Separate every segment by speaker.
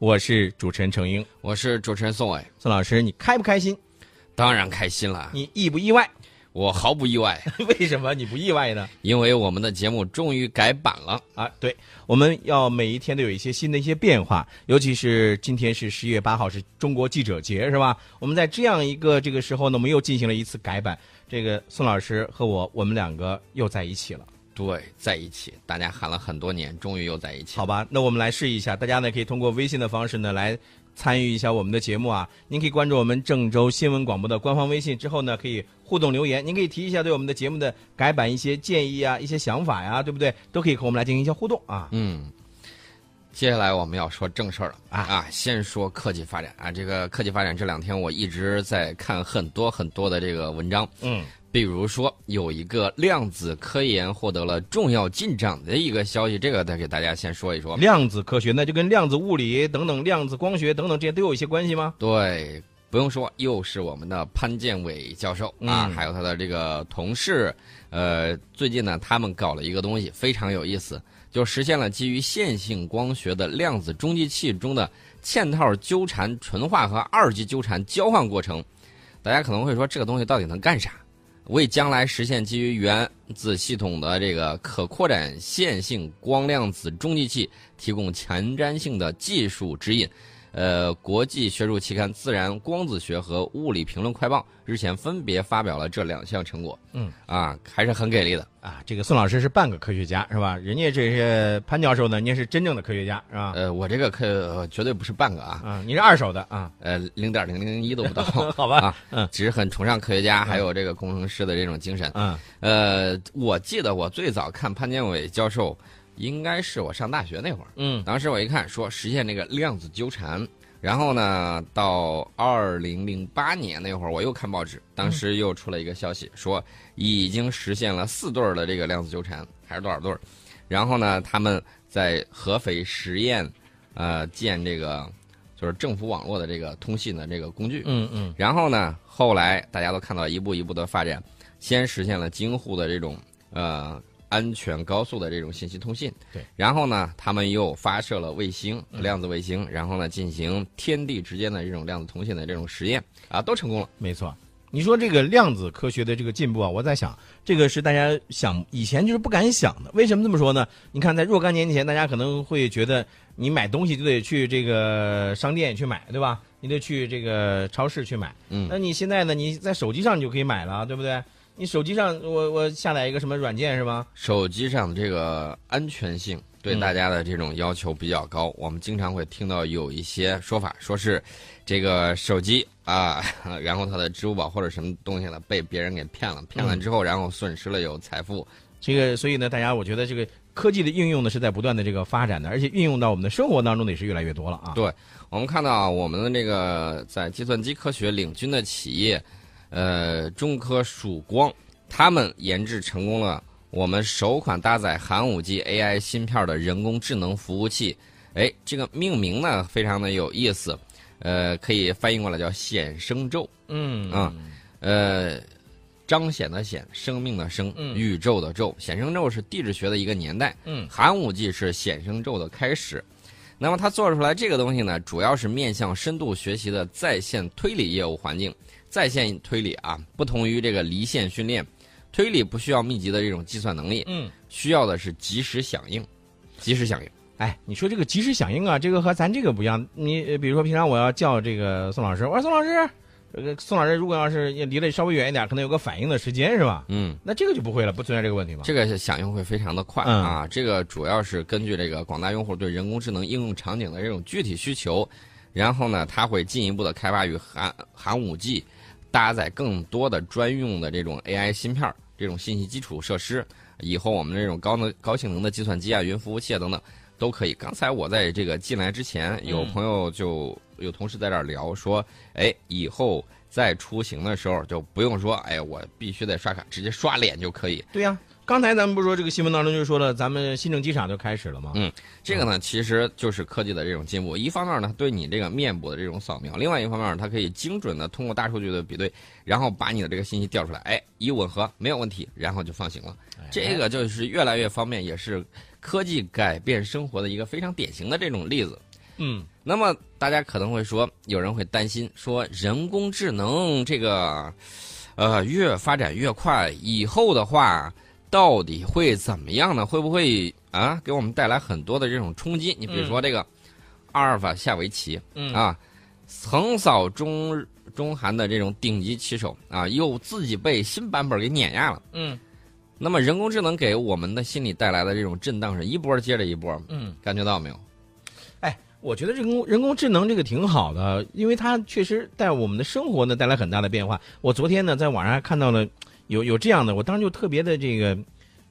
Speaker 1: 我是主持人程英。
Speaker 2: 我是主持人宋伟，
Speaker 1: 宋老师，你开不开心？
Speaker 2: 当然开心了，
Speaker 1: 你意不意外？
Speaker 2: 我毫不意外，
Speaker 1: 为什么你不意外呢？
Speaker 2: 因为我们的节目终于改版了。
Speaker 1: 啊，对，我们要每一天都有一些新的一些变化，尤其是今天是十月八号，是中国记者节，是吧？我们在这样一个这个时候呢，我们又进行了一次改版。这个宋老师和我，我们两个又在一起了，
Speaker 2: 对，在一起，大家喊了很多年，终于又在一起。
Speaker 1: 好，吧？那我们来试一下，大家呢可以通过微信的方式呢来参与一下我们的节目啊。您可以关注我们郑州新闻广播的官方微信，之后呢可以互动留言，您可以提一下对我们的节目的改版一些建议啊、一些想法呀、对不对？都可以和我们来进行一些互动啊。
Speaker 2: 嗯，接下来我们要说正事儿了
Speaker 1: 啊
Speaker 2: 啊！先说科技发展啊，这个科技发展这两天我一直在看很多很多的这个文章，
Speaker 1: 嗯。
Speaker 2: 比如说有一个量子科研获得了重要进展的一个消息，这个得给大家先说一说。
Speaker 1: 嗯量子科学，那就跟量子物理等等、量子光学等等这些都有一些关系吗？
Speaker 2: 对，不用说，又是我们的潘建伟教授啊，
Speaker 1: 嗯
Speaker 2: 还有他的这个同事，呃，最近呢，他们搞了一个东西，非常有意思，就实现了基于线性光学的量子中继器中的嵌套纠缠纯化和二级纠缠交换过程。大家可能会说，这个东西到底能干啥？为将来实现基于原子系统的这个可扩展线性光量子中继器提供前瞻性的技术指引。呃，国际学术期刊《自然光子学》和《物理评论快报》日前分别发表了这两项成果。
Speaker 1: 嗯，
Speaker 2: 啊，还是很给力的。
Speaker 1: 啊，这个宋老师是半个科学家是吧？人家这是潘教授呢，人家是真正的科学家是吧？
Speaker 2: 呃，我这个可、呃绝对不是半个啊，
Speaker 1: 啊，你是二手的啊？。
Speaker 2: 呃，零点零零一都不到
Speaker 1: 好吧，
Speaker 2: 啊，只是很崇尚科学家还有这个工程师的这种精神。
Speaker 1: 嗯
Speaker 2: 呃，我记得我最早看潘建伟教授，应该是我上大学那会儿。
Speaker 1: 嗯
Speaker 2: 当时我一看，说实现这个量子纠缠，然后呢，到二零零八年那会儿，我又看报纸，当时又出了一个消息，说已经实现了四对儿的这个量子纠缠，还是多少对儿？然后呢，他们在合肥实验，呃，建这个就是政府网络的这个通信的这个工具，
Speaker 1: 嗯嗯
Speaker 2: 然后呢，后来大家都看到一步一步的发展，先实现了京沪的这种呃安全高速的这种信息通信。
Speaker 1: 对。嗯
Speaker 2: 然后呢，他们又发射了卫星、量子卫星，然后呢进行天地之间的这种量子通信的这种实验啊，都成功了。
Speaker 1: 没错。你说这个量子科学的这个进步啊，我在想，这个是大家想以前就是不敢想的。为什么这么说呢？你看，在若干年前，大家可能会觉得你买东西就得去这个商店去买，对吧？你得去这个超市去买。
Speaker 2: 嗯
Speaker 1: 那你现在呢？你在手机上你就可以买了，对不对？你手机上我我下载一个什么软件是吗？
Speaker 2: 手机上的这个安全性对
Speaker 1: 嗯
Speaker 2: 大家的这种要求比较高，我们经常会听到有一些说法，说是这个手机啊， 然后他的支付宝或者什么东西了被别人给骗了，骗了之后，然后损失了有财富，
Speaker 1: 这个，所以呢，大家我觉得这个科技的应用呢是在不断的这个发展的，而且运用到我们的生活当中的也是越来越多了啊。
Speaker 2: 对我们看到啊我们的这个在计算机科学领军的企业，呃，中科曙光，他们研制成功了我们首款搭载寒武纪 AI 芯片的人工智能服务器。哎，这个命名呢非常的有意思，呃，可以翻译过来叫显生咒。
Speaker 1: 嗯
Speaker 2: 啊呃，彰显的显，生命的生，
Speaker 1: 嗯
Speaker 2: 宇宙的宙，显生咒是地质学的一个年代，
Speaker 1: 嗯
Speaker 2: 寒武纪是显生咒的开始。那么它做出来这个东西呢，主要是面向深度学习的在线推理业务环境。在线推理啊，不同于这个离线训练，推理不需要密集的这种计算能力，
Speaker 1: 嗯，
Speaker 2: 需要的是及时响应，及时响应。
Speaker 1: 哎，你说这个及时响应啊，这个和咱这个不一样。你呃比如说平常我要叫这个宋老师，我说宋老师，呃，宋老师如果要是离得稍微远一点，可能有个反应的时间是吧？
Speaker 2: 嗯，
Speaker 1: 那这个就不会了，不存在这个问题吧？
Speaker 2: 这个响应会非常的快
Speaker 1: 嗯
Speaker 2: 啊！这个主要是根据这个广大用户对人工智能应用场景的这种具体需求，然后呢，它会进一步的开发与寒寒武纪搭载更多的专用的这种 AI 芯片儿、这种信息基础设施。以后我们这种高能高性能的计算机啊、云服务器啊等等都可以。刚才我在这个进来之前，有
Speaker 1: 嗯
Speaker 2: 朋友就有同事在这儿聊说，哎，以后。在出行的时候就不用说，哎，我必须得刷卡，直接刷脸就可以。
Speaker 1: 对呀、刚才咱们不是说这个新闻当中就说了，咱们新政机场就开始了吗？
Speaker 2: 嗯这个呢，其实就是科技的这种进步。一方面呢，对你这个面部的这种扫描；另外一方面，它可以精准的通过大数据的比对，然后把你的这个信息调出来，哎，一吻合没有问题，然后就放行了。这个就是越来越方便，也是科技改变生活的一个非常典型的这种例子。
Speaker 1: 嗯，
Speaker 2: 那么大家可能会说，有人会担心说，人工智能这个，呃，越发展越快，以后的话到底会怎么样呢？会不会啊，给我们带来很多的这种冲击？你比如说这个阿尔法下围棋，
Speaker 1: 嗯
Speaker 2: 啊，横扫中日中韩的这种顶级棋手啊，又自己被新版本给碾压了。
Speaker 1: 嗯
Speaker 2: 那么人工智能给我们的心理带来的这种震荡是一波接着一波，
Speaker 1: 嗯，
Speaker 2: 感觉到没有？
Speaker 1: 哎，我觉得人工人工智能这个挺好的，因为它确实在我们的生活呢带来很大的变化。我昨天呢在网上还看到了有有这样的，我当时就特别的这个，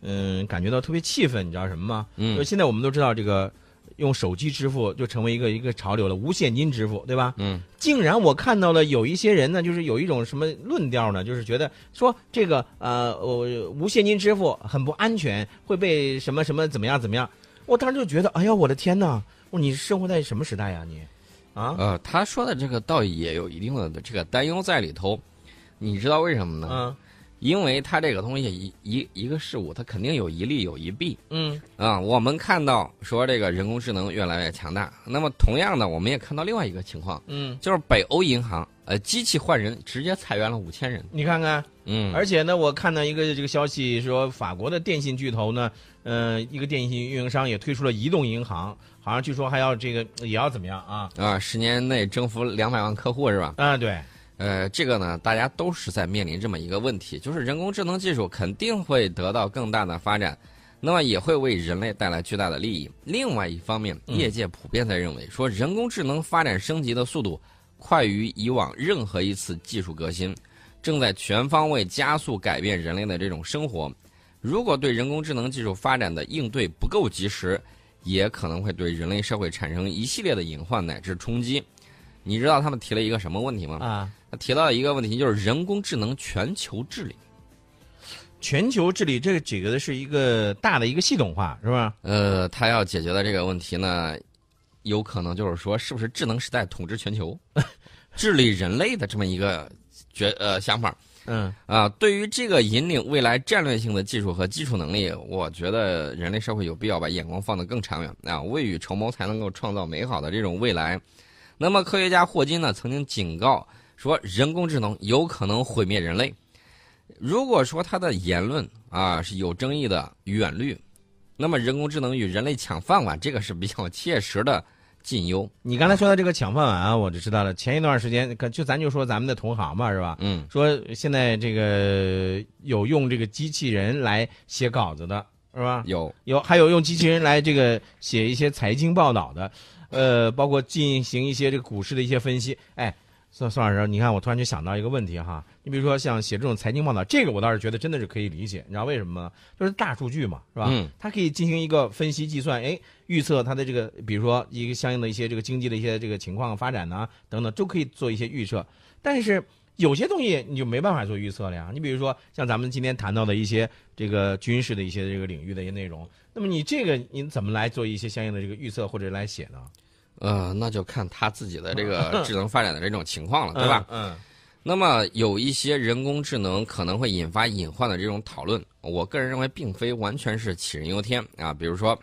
Speaker 1: 嗯、感觉到特别气愤，你知道什么吗？
Speaker 2: 嗯
Speaker 1: 就现在我们都知道这个。用手机支付就成为一个一个潮流了，无现金支付，对吧？
Speaker 2: 嗯，
Speaker 1: 竟然我看到了有一些人呢，就是有一种什么论调呢，就是觉得说这个呃，我无现金支付很不安全，会被什么什么怎么样怎么样。我当时就觉得，哎呀，我的天呐，我说你生活在什么时代呀、你？啊，
Speaker 2: 呃，他说的这个倒也有一定的这个担忧在里头，你知道为什么呢？
Speaker 1: 嗯
Speaker 2: 因为它这个东西一一一个事物，它肯定有一利有一弊
Speaker 1: 嗯
Speaker 2: 啊、我们看到说这个人工智能越来越强大，那么同样的，我们也看到另外一个情况，
Speaker 1: 嗯，
Speaker 2: 就是北欧银行呃机器换人，直接裁员了五千人。
Speaker 1: 你看看，
Speaker 2: 嗯，
Speaker 1: 而且呢，我看到一个这个消息说，法国的电信巨头呢，嗯、一个电信运营商也推出了移动银行，好像据说还要这个也要怎么样啊？
Speaker 2: 啊，十年内征服两百万客户是吧？
Speaker 1: 啊，对，
Speaker 2: 呃，这个呢，大家都是在面临这么一个问题，就是人工智能技术肯定会得到更大的发展，那么也会为人类带来巨大的利益。另外一方面，
Speaker 1: 嗯
Speaker 2: 业界普遍在认为说，人工智能发展升级的速度快于以往任何一次技术革新，正在全方位加速改变人类的这种生活。如果对人工智能技术发展的应对不够及时，也可能会对人类社会产生一系列的隐患乃至冲击。你知道他们提了一个什么问题吗？
Speaker 1: 啊，
Speaker 2: 他提到一个问题，就是人工智能全球治理。
Speaker 1: 全球治理这个指的是一个大的一个系统化，是吧？
Speaker 2: 呃，他要解决的这个问题呢，有可能就是说，是不是智能时代统治全球， 治理人类的这么一个觉呃想法
Speaker 1: 嗯
Speaker 2: 啊、对于这个引领未来战略性的技术和基础能力，我觉得人类社会有必要把眼光放得更长远啊，未雨绸缪才能够创造美好的这种未来。那么，科学家霍金呢曾经警告说，人工智能有可能毁灭人类。如果说他的言论啊是有争议的远虑，那么人工智能与人类抢饭碗，这个是比较切实的近忧。
Speaker 1: 你刚才说到这个抢饭碗啊，我就知道了。前一段时间，可就咱就说咱们的同行吧，是吧？
Speaker 2: 嗯，
Speaker 1: 说现在这个有用这个机器人来写稿子的，是吧？
Speaker 2: 有
Speaker 1: 有还有用机器人来这个写一些财经报道的，呃，包括进行一些这个股市的一些分析。哎，宋宋老师，你看我突然就想到一个问题哈，你比如说像写这种财经报道，这个我倒是觉得真的是可以理解，你知道为什么吗？就是大数据嘛，是吧？
Speaker 2: 嗯，
Speaker 1: 它可以进行一个分析计算，哎，预测它的这个，比如说一个相应的一些这个经济的一些这个情况发展呐、等等，都可以做一些预测。但是有些东西你就没办法做预测了呀。你比如说像咱们今天谈到的一些这个军事的一些这个领域的一些内容，那么你这个你怎么来做一些相应的这个预测或者来写呢？
Speaker 2: 呃，那就看他自己的这个智能发展的这种情况了，对
Speaker 1: 嗯
Speaker 2: 吧？？
Speaker 1: 嗯
Speaker 2: 那么有一些人工智能可能会引发隐患的这种讨论，我个人认为并非完全是杞人忧天啊。比如说，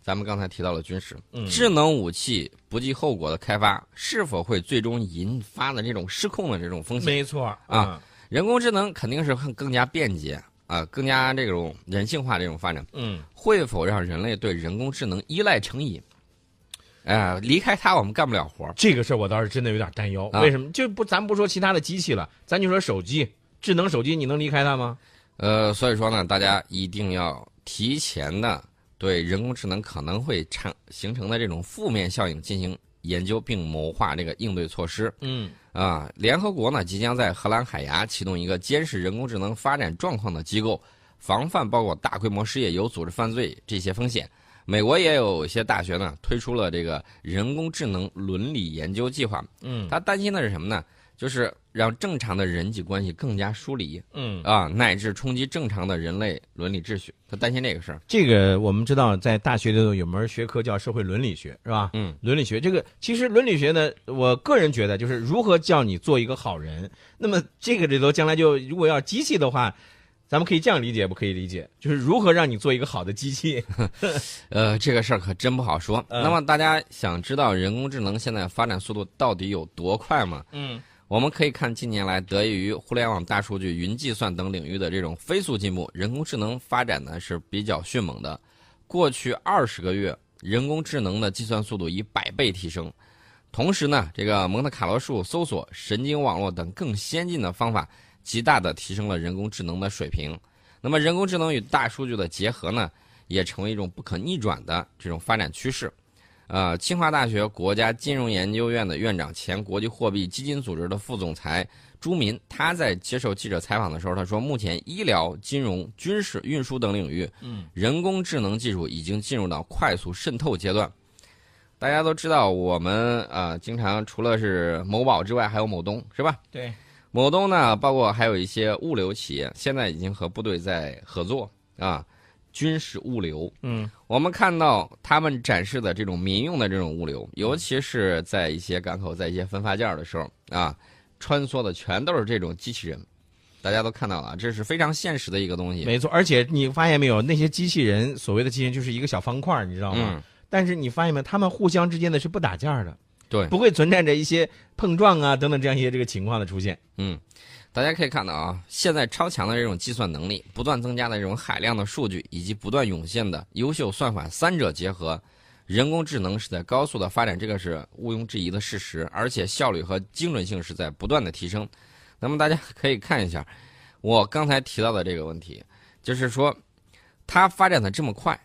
Speaker 2: 咱们刚才提到了军事，
Speaker 1: 嗯
Speaker 2: 智能武器不计后果的开发，是否会最终引发的这种失控的这种风险？
Speaker 1: 没错儿
Speaker 2: 啊，人工智能肯定是更更加便捷啊，更加这种人性化这种发展，
Speaker 1: 嗯，
Speaker 2: 会否让人类对人工智能依赖成瘾？哎、离开它我们干不了活儿。
Speaker 1: 这个事儿我倒是真的有点担忧。
Speaker 2: 啊
Speaker 1: 为什么？就不咱不说其他的机器了，咱就说手机，智能手机，你能离开它吗？
Speaker 2: 呃，所以说呢，大家一定要提前的对人工智能可能会产形成的这种负面效应进行研究，并谋划这个应对措施
Speaker 1: 嗯。
Speaker 2: 啊。联合国呢，即将在荷兰海牙启动一个监视人工智能发展状况的机构，防范包括大规模失业、有组织犯罪这些风险。美国也有一些大学呢推出了这个人工智能伦理研究计划，
Speaker 1: 嗯
Speaker 2: 他担心的是什么呢？就是让正常的人际关系更加疏离，
Speaker 1: 嗯，
Speaker 2: 啊，乃至冲击正常的人类伦理秩序。他担心这个事儿。
Speaker 1: 这个我们知道，在大学里头有门学科叫社会伦理学，是吧？
Speaker 2: 嗯，
Speaker 1: 伦理学这个其实伦理学呢，我个人觉得就是如何叫你做一个好人。那么这个里头将来就如果要机器的话，咱们可以这样理解，不可以理解，就是如何让你做一个好的机器。
Speaker 2: 呃，这个事儿可真不好说。
Speaker 1: 嗯
Speaker 2: 那么大家想知道人工智能现在发展速度到底有多快吗？
Speaker 1: 嗯，
Speaker 2: 我们可以看近年来得益于互联网、大数据、云计算等领域的这种飞速进步，人工智能发展呢是比较迅猛的。过去二十个月，人工智能的计算速度以百倍提升。同时呢，这个蒙特卡罗树搜索、神经网络等更先进的方法，极大的提升了人工智能的水平。那么，人工智能与大数据的结合呢，也成为一种不可逆转的这种发展趋势。呃，清华大学国家金融研究院的院长、前国际货币基金组织的副总裁朱民，他在接受记者采访的时候，他说，目前医疗、金融、军事、运输等领域，嗯，人工智能技术已经进入到快速渗透阶段。大家都知道，我们呃经常除了是某宝之外，还有某东，是吧？
Speaker 1: 对，
Speaker 2: 某东呢，包括还有一些物流企业，现在已经和部队在合作啊，军事物流。
Speaker 1: 嗯，
Speaker 2: 我们看到他们展示的这种民用的这种物流，尤其是在一些港口、在一些分发件儿的时候啊，穿梭的全都是这种机器人。大家都看到了啊，这是非常现实的一个东西。
Speaker 1: 没错。而且你发现没有，那些机器人所谓的机器人就是一个小方块儿，你知道吗？
Speaker 2: 嗯，
Speaker 1: 但是你发现没有，他们互相之间的是不打架儿的，
Speaker 2: 对，
Speaker 1: 不会存在着一些碰撞啊等等这样一些这个情况的出现。
Speaker 2: 嗯，大家可以看到啊，现在超强的这种计算能力，不断增加的这种海量的数据，以及不断涌现的优秀算法，三者结合，人工智能是在高速的发展，这个是毋庸置疑的事实，而且效率和精准性是在不断的提升。那么大家可以看一下，我刚才提到的这个问题，就是说它发展的这么快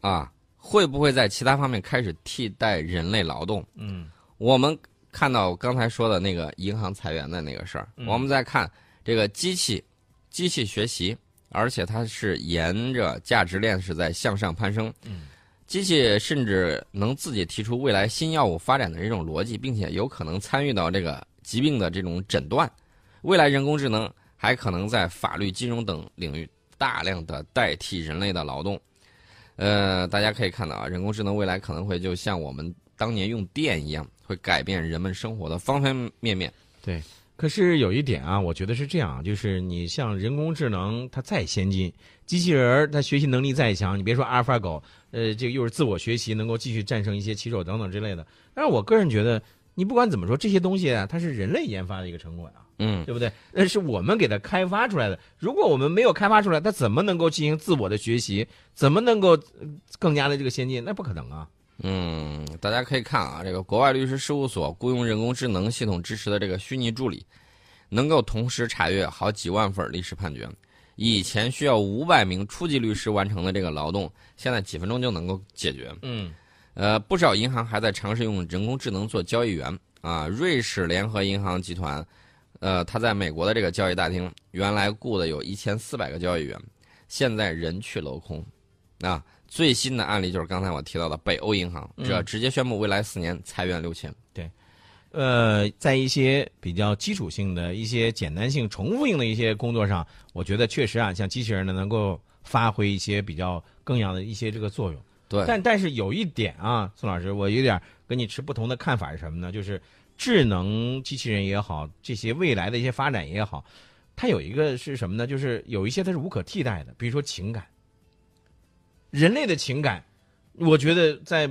Speaker 2: 啊，会不会在其他方面开始替代人类劳动？
Speaker 1: 嗯，
Speaker 2: 我们看到我刚才说的那个银行裁员的那个事儿，
Speaker 1: 嗯
Speaker 2: 我们再看这个机器，机器学习，而且它是沿着价值链是在向上攀升。
Speaker 1: 嗯，
Speaker 2: 机器甚至能自己提出未来新药物发展的这种逻辑，并且有可能参与到这个疾病的这种诊断。未来人工智能还可能在法律、金融等领域大量的代替人类的劳动。呃，大家可以看到啊，人工智能未来可能会就像我们当年用电一样，会改变人们生活的方方面面。
Speaker 1: 可是有一点啊，我觉得是这样，就是你像人工智能，它再先进，机器人儿它学习能力再强，你别说阿尔法狗，呃，这个又是自我学习，能够继续战胜一些棋手等等之类的。但是我个人觉得，你不管怎么说，这些东西啊，它是人类研发的一个成果啊呀、
Speaker 2: 嗯，
Speaker 1: 对不对？那是我们给它开发出来的。如果我们没有开发出来，它怎么能够进行自我的学习？怎么能够呃更加的这个先进？那不可能啊！
Speaker 2: 嗯，大家可以看啊，这个国外律师事务所雇佣人工智能系统支持的这个虚拟助理，能够同时查阅好几万份历史判决。以前需要五百名初级律师完成的这个劳动，现在几分钟就能够解决。
Speaker 1: 嗯
Speaker 2: 呃，不少银行还在尝试用人工智能做交易员啊。瑞士联合银行集团，呃，它在美国的这个交易大厅，原来雇的有一千四百个交易员，现在人去楼空。啊，最新的案例就是刚才我提到的北欧银行，这直接宣布未来四年裁员六千。
Speaker 1: 呃，在一些比较基础性的一些简单性、重复性的一些工作上，我觉得确实啊，像机器人呢，能够发挥一些比较更样的一些这个作用。
Speaker 2: 对，
Speaker 1: 但但是有一点啊，宋老师，我有点跟你持不同的看法是什么呢？就是智能机器人也好，这些未来的一些发展也好，它有一个是什么呢？就是有一些它是无可替代的，比如说情感，人类的情感，我觉得在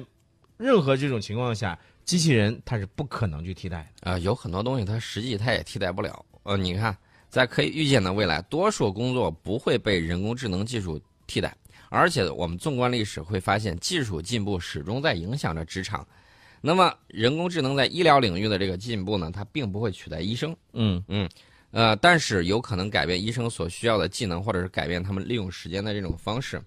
Speaker 1: 任何这种情况下，机器人它是不可能去替代的。
Speaker 2: 啊，有很多东西它实际它也替代不了。呃，你看，在可以预见的未来，多数工作不会被人工智能技术替代，而且我们纵观历史会发现，技术进步始终在影响着职场。那么，人工智能在医疗领域的这个进步呢，它并不会取代医生，
Speaker 1: 嗯
Speaker 2: 呃，但是有可能改变医生所需要的技能，或者是改变他们利用时间的这种方式。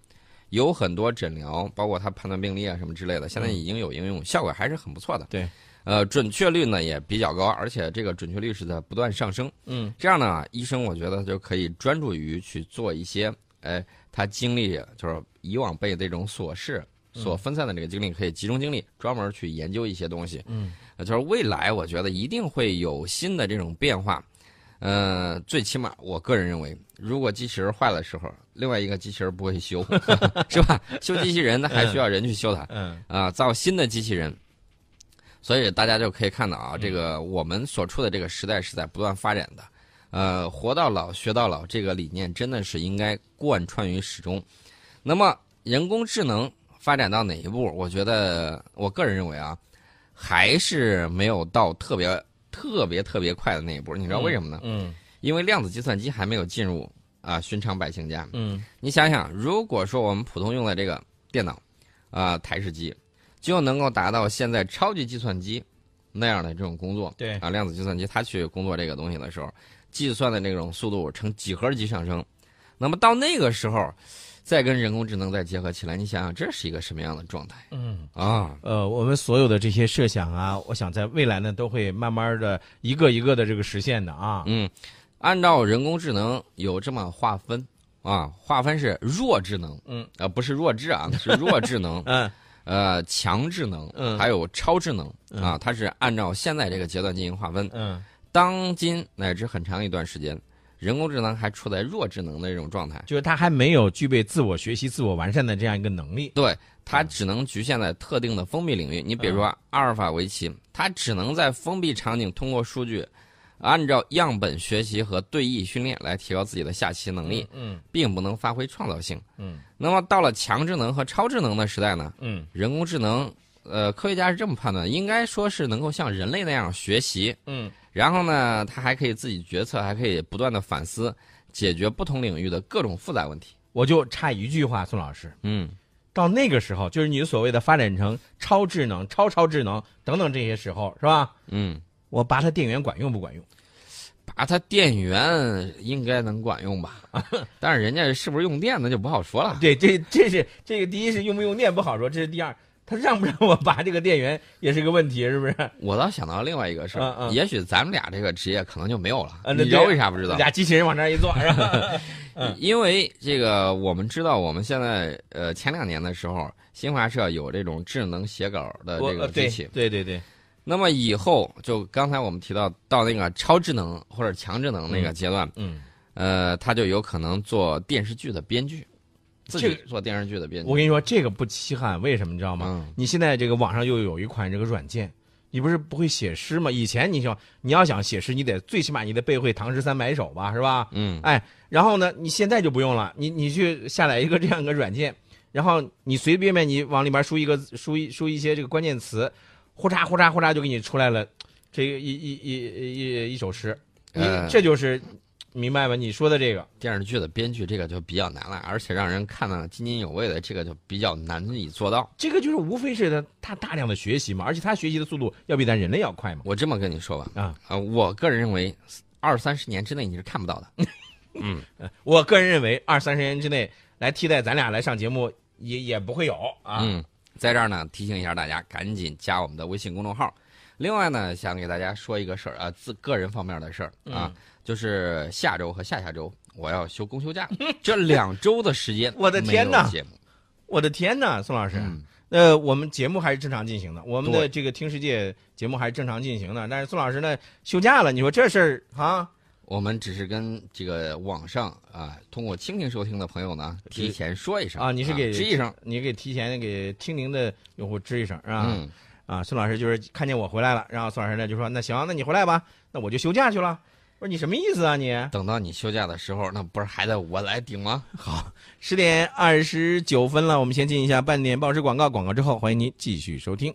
Speaker 2: 有很多诊疗，包括他判断病例啊什么之类的，现在已经有应用，效果还是很不错的。
Speaker 1: 对，
Speaker 2: 呃，准确率呢也比较高，而且这个准确率是在不断上升。
Speaker 1: 嗯，
Speaker 2: 这样呢，医生我觉得就可以专注于去做一些，哎，他精力就是以往被这种琐事
Speaker 1: 嗯
Speaker 2: 所分散的这个精力，可以集中精力专门去研究一些东西。
Speaker 1: 嗯
Speaker 2: 呃，就是未来我觉得一定会有新的这种变化。呃，最起码我个人认为，如果机器人坏的时候，另外一个机器人不会修， 是吧？修机器人那还需要人去修它。
Speaker 1: 嗯
Speaker 2: 啊，造新的机器人。所以大家就可以看到啊，这个我们所处的这个时代是在不断发展的。呃，活到老学到老这个理念真的是应该贯穿于始终。那么人工智能发展到哪一步？我觉得我个人认为啊，还是没有到特别特别特别快的那一步。你知道为什么呢？
Speaker 1: 嗯
Speaker 2: 因为量子计算机还没有进入啊、寻常百姓家。
Speaker 1: 嗯
Speaker 2: 你想想，如果说我们普通用的这个电脑啊、台式机，就能够达到现在超级计算机那样的这种工作，
Speaker 1: 对
Speaker 2: 啊，量子计算机它去工作这个东西的时候，计算的这种速度呈几何级上升。那么到那个时候，再跟人工智能再结合起来，你想想这是一个什么样的状态
Speaker 1: 嗯。
Speaker 2: 啊？
Speaker 1: 呃，我们所有的这些设想啊，我想在未来呢，都会慢慢的一个一个的这个实现的啊。
Speaker 2: 嗯，按照人工智能有这么划分啊，划分是弱智能，
Speaker 1: 嗯，，
Speaker 2: 啊，不是弱智啊，是弱智能
Speaker 1: 嗯
Speaker 2: 呃，强智能，
Speaker 1: 嗯
Speaker 2: 还有超智能啊，它是按照现在这个阶段进行划分。
Speaker 1: 嗯，
Speaker 2: 当今乃至很长一段时间，人工智能还处在弱智能的这种状态，
Speaker 1: 就是他还没有具备自我学习、自我完善的这样一个能力。
Speaker 2: 对，它只能局限在特定的封闭领域。你比如说阿尔法围棋，它只能在封闭场景通过数据，按照样本学习和对弈训练来提高自己的下棋能力，
Speaker 1: 嗯
Speaker 2: 并不能发挥创造性。
Speaker 1: 嗯，
Speaker 2: 那么到了强智能和超智能的时代呢，
Speaker 1: 嗯
Speaker 2: 人工智能，呃，科学家是这么判断，应该说是能够像人类那样学习，
Speaker 1: 嗯
Speaker 2: 然后呢，它还可以自己决策，还可以不断的反思，解决不同领域的各种复杂问题。
Speaker 1: 我就差一句话，宋老师，
Speaker 2: 嗯，
Speaker 1: 到那个时候，就是你所谓的发展成超智能、超超智能等等这些时候，是吧？
Speaker 2: 嗯，
Speaker 1: 我拔它电源管用不管 用？
Speaker 2: 把它电源应该能管用 吧？但是人家是不是用电那就不好说了。
Speaker 1: 对，这这是这个第一是用不用电不好说，这是第二，它让不让我拔这个电源也是个问题，是不是？
Speaker 2: 我倒想到另外一个事儿，
Speaker 1: 嗯嗯
Speaker 2: 也许咱们俩这个职业可能就没有了。
Speaker 1: 啊那
Speaker 2: 你知道
Speaker 1: 对
Speaker 2: 为啥不知道？
Speaker 1: 俩机器人往那儿一坐，是吧？嗯
Speaker 2: 因为这个，我们知道我们现在呃前两年的时候，新华社有这种智能写稿的
Speaker 1: 我
Speaker 2: 这
Speaker 1: 呃
Speaker 2: 个
Speaker 1: 对
Speaker 2: 机器。
Speaker 1: 对对对，
Speaker 2: 那么以后就刚才我们提到到那个超智能或者强智能那个阶段，
Speaker 1: 嗯，
Speaker 2: 呃，他就有可能做电视剧的编剧，自己
Speaker 1: 这个
Speaker 2: 做电视剧的编剧。
Speaker 1: 我跟你说这个不稀罕，为什么你知道吗？
Speaker 2: 嗯
Speaker 1: 你现在这个网上又有一款这个软件，你不是不会写诗吗？以前你想你要想写诗，你得最起码你得背会《唐诗三百首》吧，是吧？
Speaker 2: 嗯，
Speaker 1: 哎，然后呢，你现在就不用了，你你去下载一个这样一个软件，然后你随随便便你往里边输一个输一输一些这个关键词，呼嚓呼嚓呼嚓就给你出来了，这个一一一一一首诗，你
Speaker 2: 呃
Speaker 1: 这就是明白吧？你说的这个，
Speaker 2: 电视剧的编剧这个就比较难了，而且让人看得津津有味的这个就比较难以做到。
Speaker 1: 这个就是无非是他他大量的学习嘛，而且他学习的速度要比咱人类要快嘛。
Speaker 2: 我这么跟你说吧，
Speaker 1: 啊，
Speaker 2: 呃，我个人认为二三十年之内你是看不到的。
Speaker 1: 我个人认为，二三十年之内来替代咱俩来上节目也也不会有啊。，
Speaker 2: 嗯，在这儿呢，提醒一下大家，赶紧加我们的微信公众号。另外呢，想给大家说一个事儿啊，自个人方面的事儿啊，就是下周和下下周我要休公休假，这两周的时间
Speaker 1: 我的天哪
Speaker 2: 节目，
Speaker 1: 我的天呐，宋老师，
Speaker 2: 嗯
Speaker 1: 呃，我们节目还是正常进行的，我们的
Speaker 2: 对
Speaker 1: 这个听世界节目还是正常进行的。但是宋老师呢，休假了，你说这事儿啊，
Speaker 2: 我们只是跟这个网上啊，通过蜻蜓收听的朋友呢，提前说一声
Speaker 1: 啊，你是给
Speaker 2: 吱一声，，
Speaker 1: 你给提前给听您的用户吱一声啊、
Speaker 2: 嗯，
Speaker 1: 啊！宋老师就是看见我回来了，然后宋老师呢就说：“那行，那你回来吧，那我就休假去了。”我说：“你什么意思啊你？”
Speaker 2: 等到你休假的时候，那不是还得我来顶吗？
Speaker 1: 十点二十九分了，我们先进一下半点报时广告，广告之后欢迎您继续收听。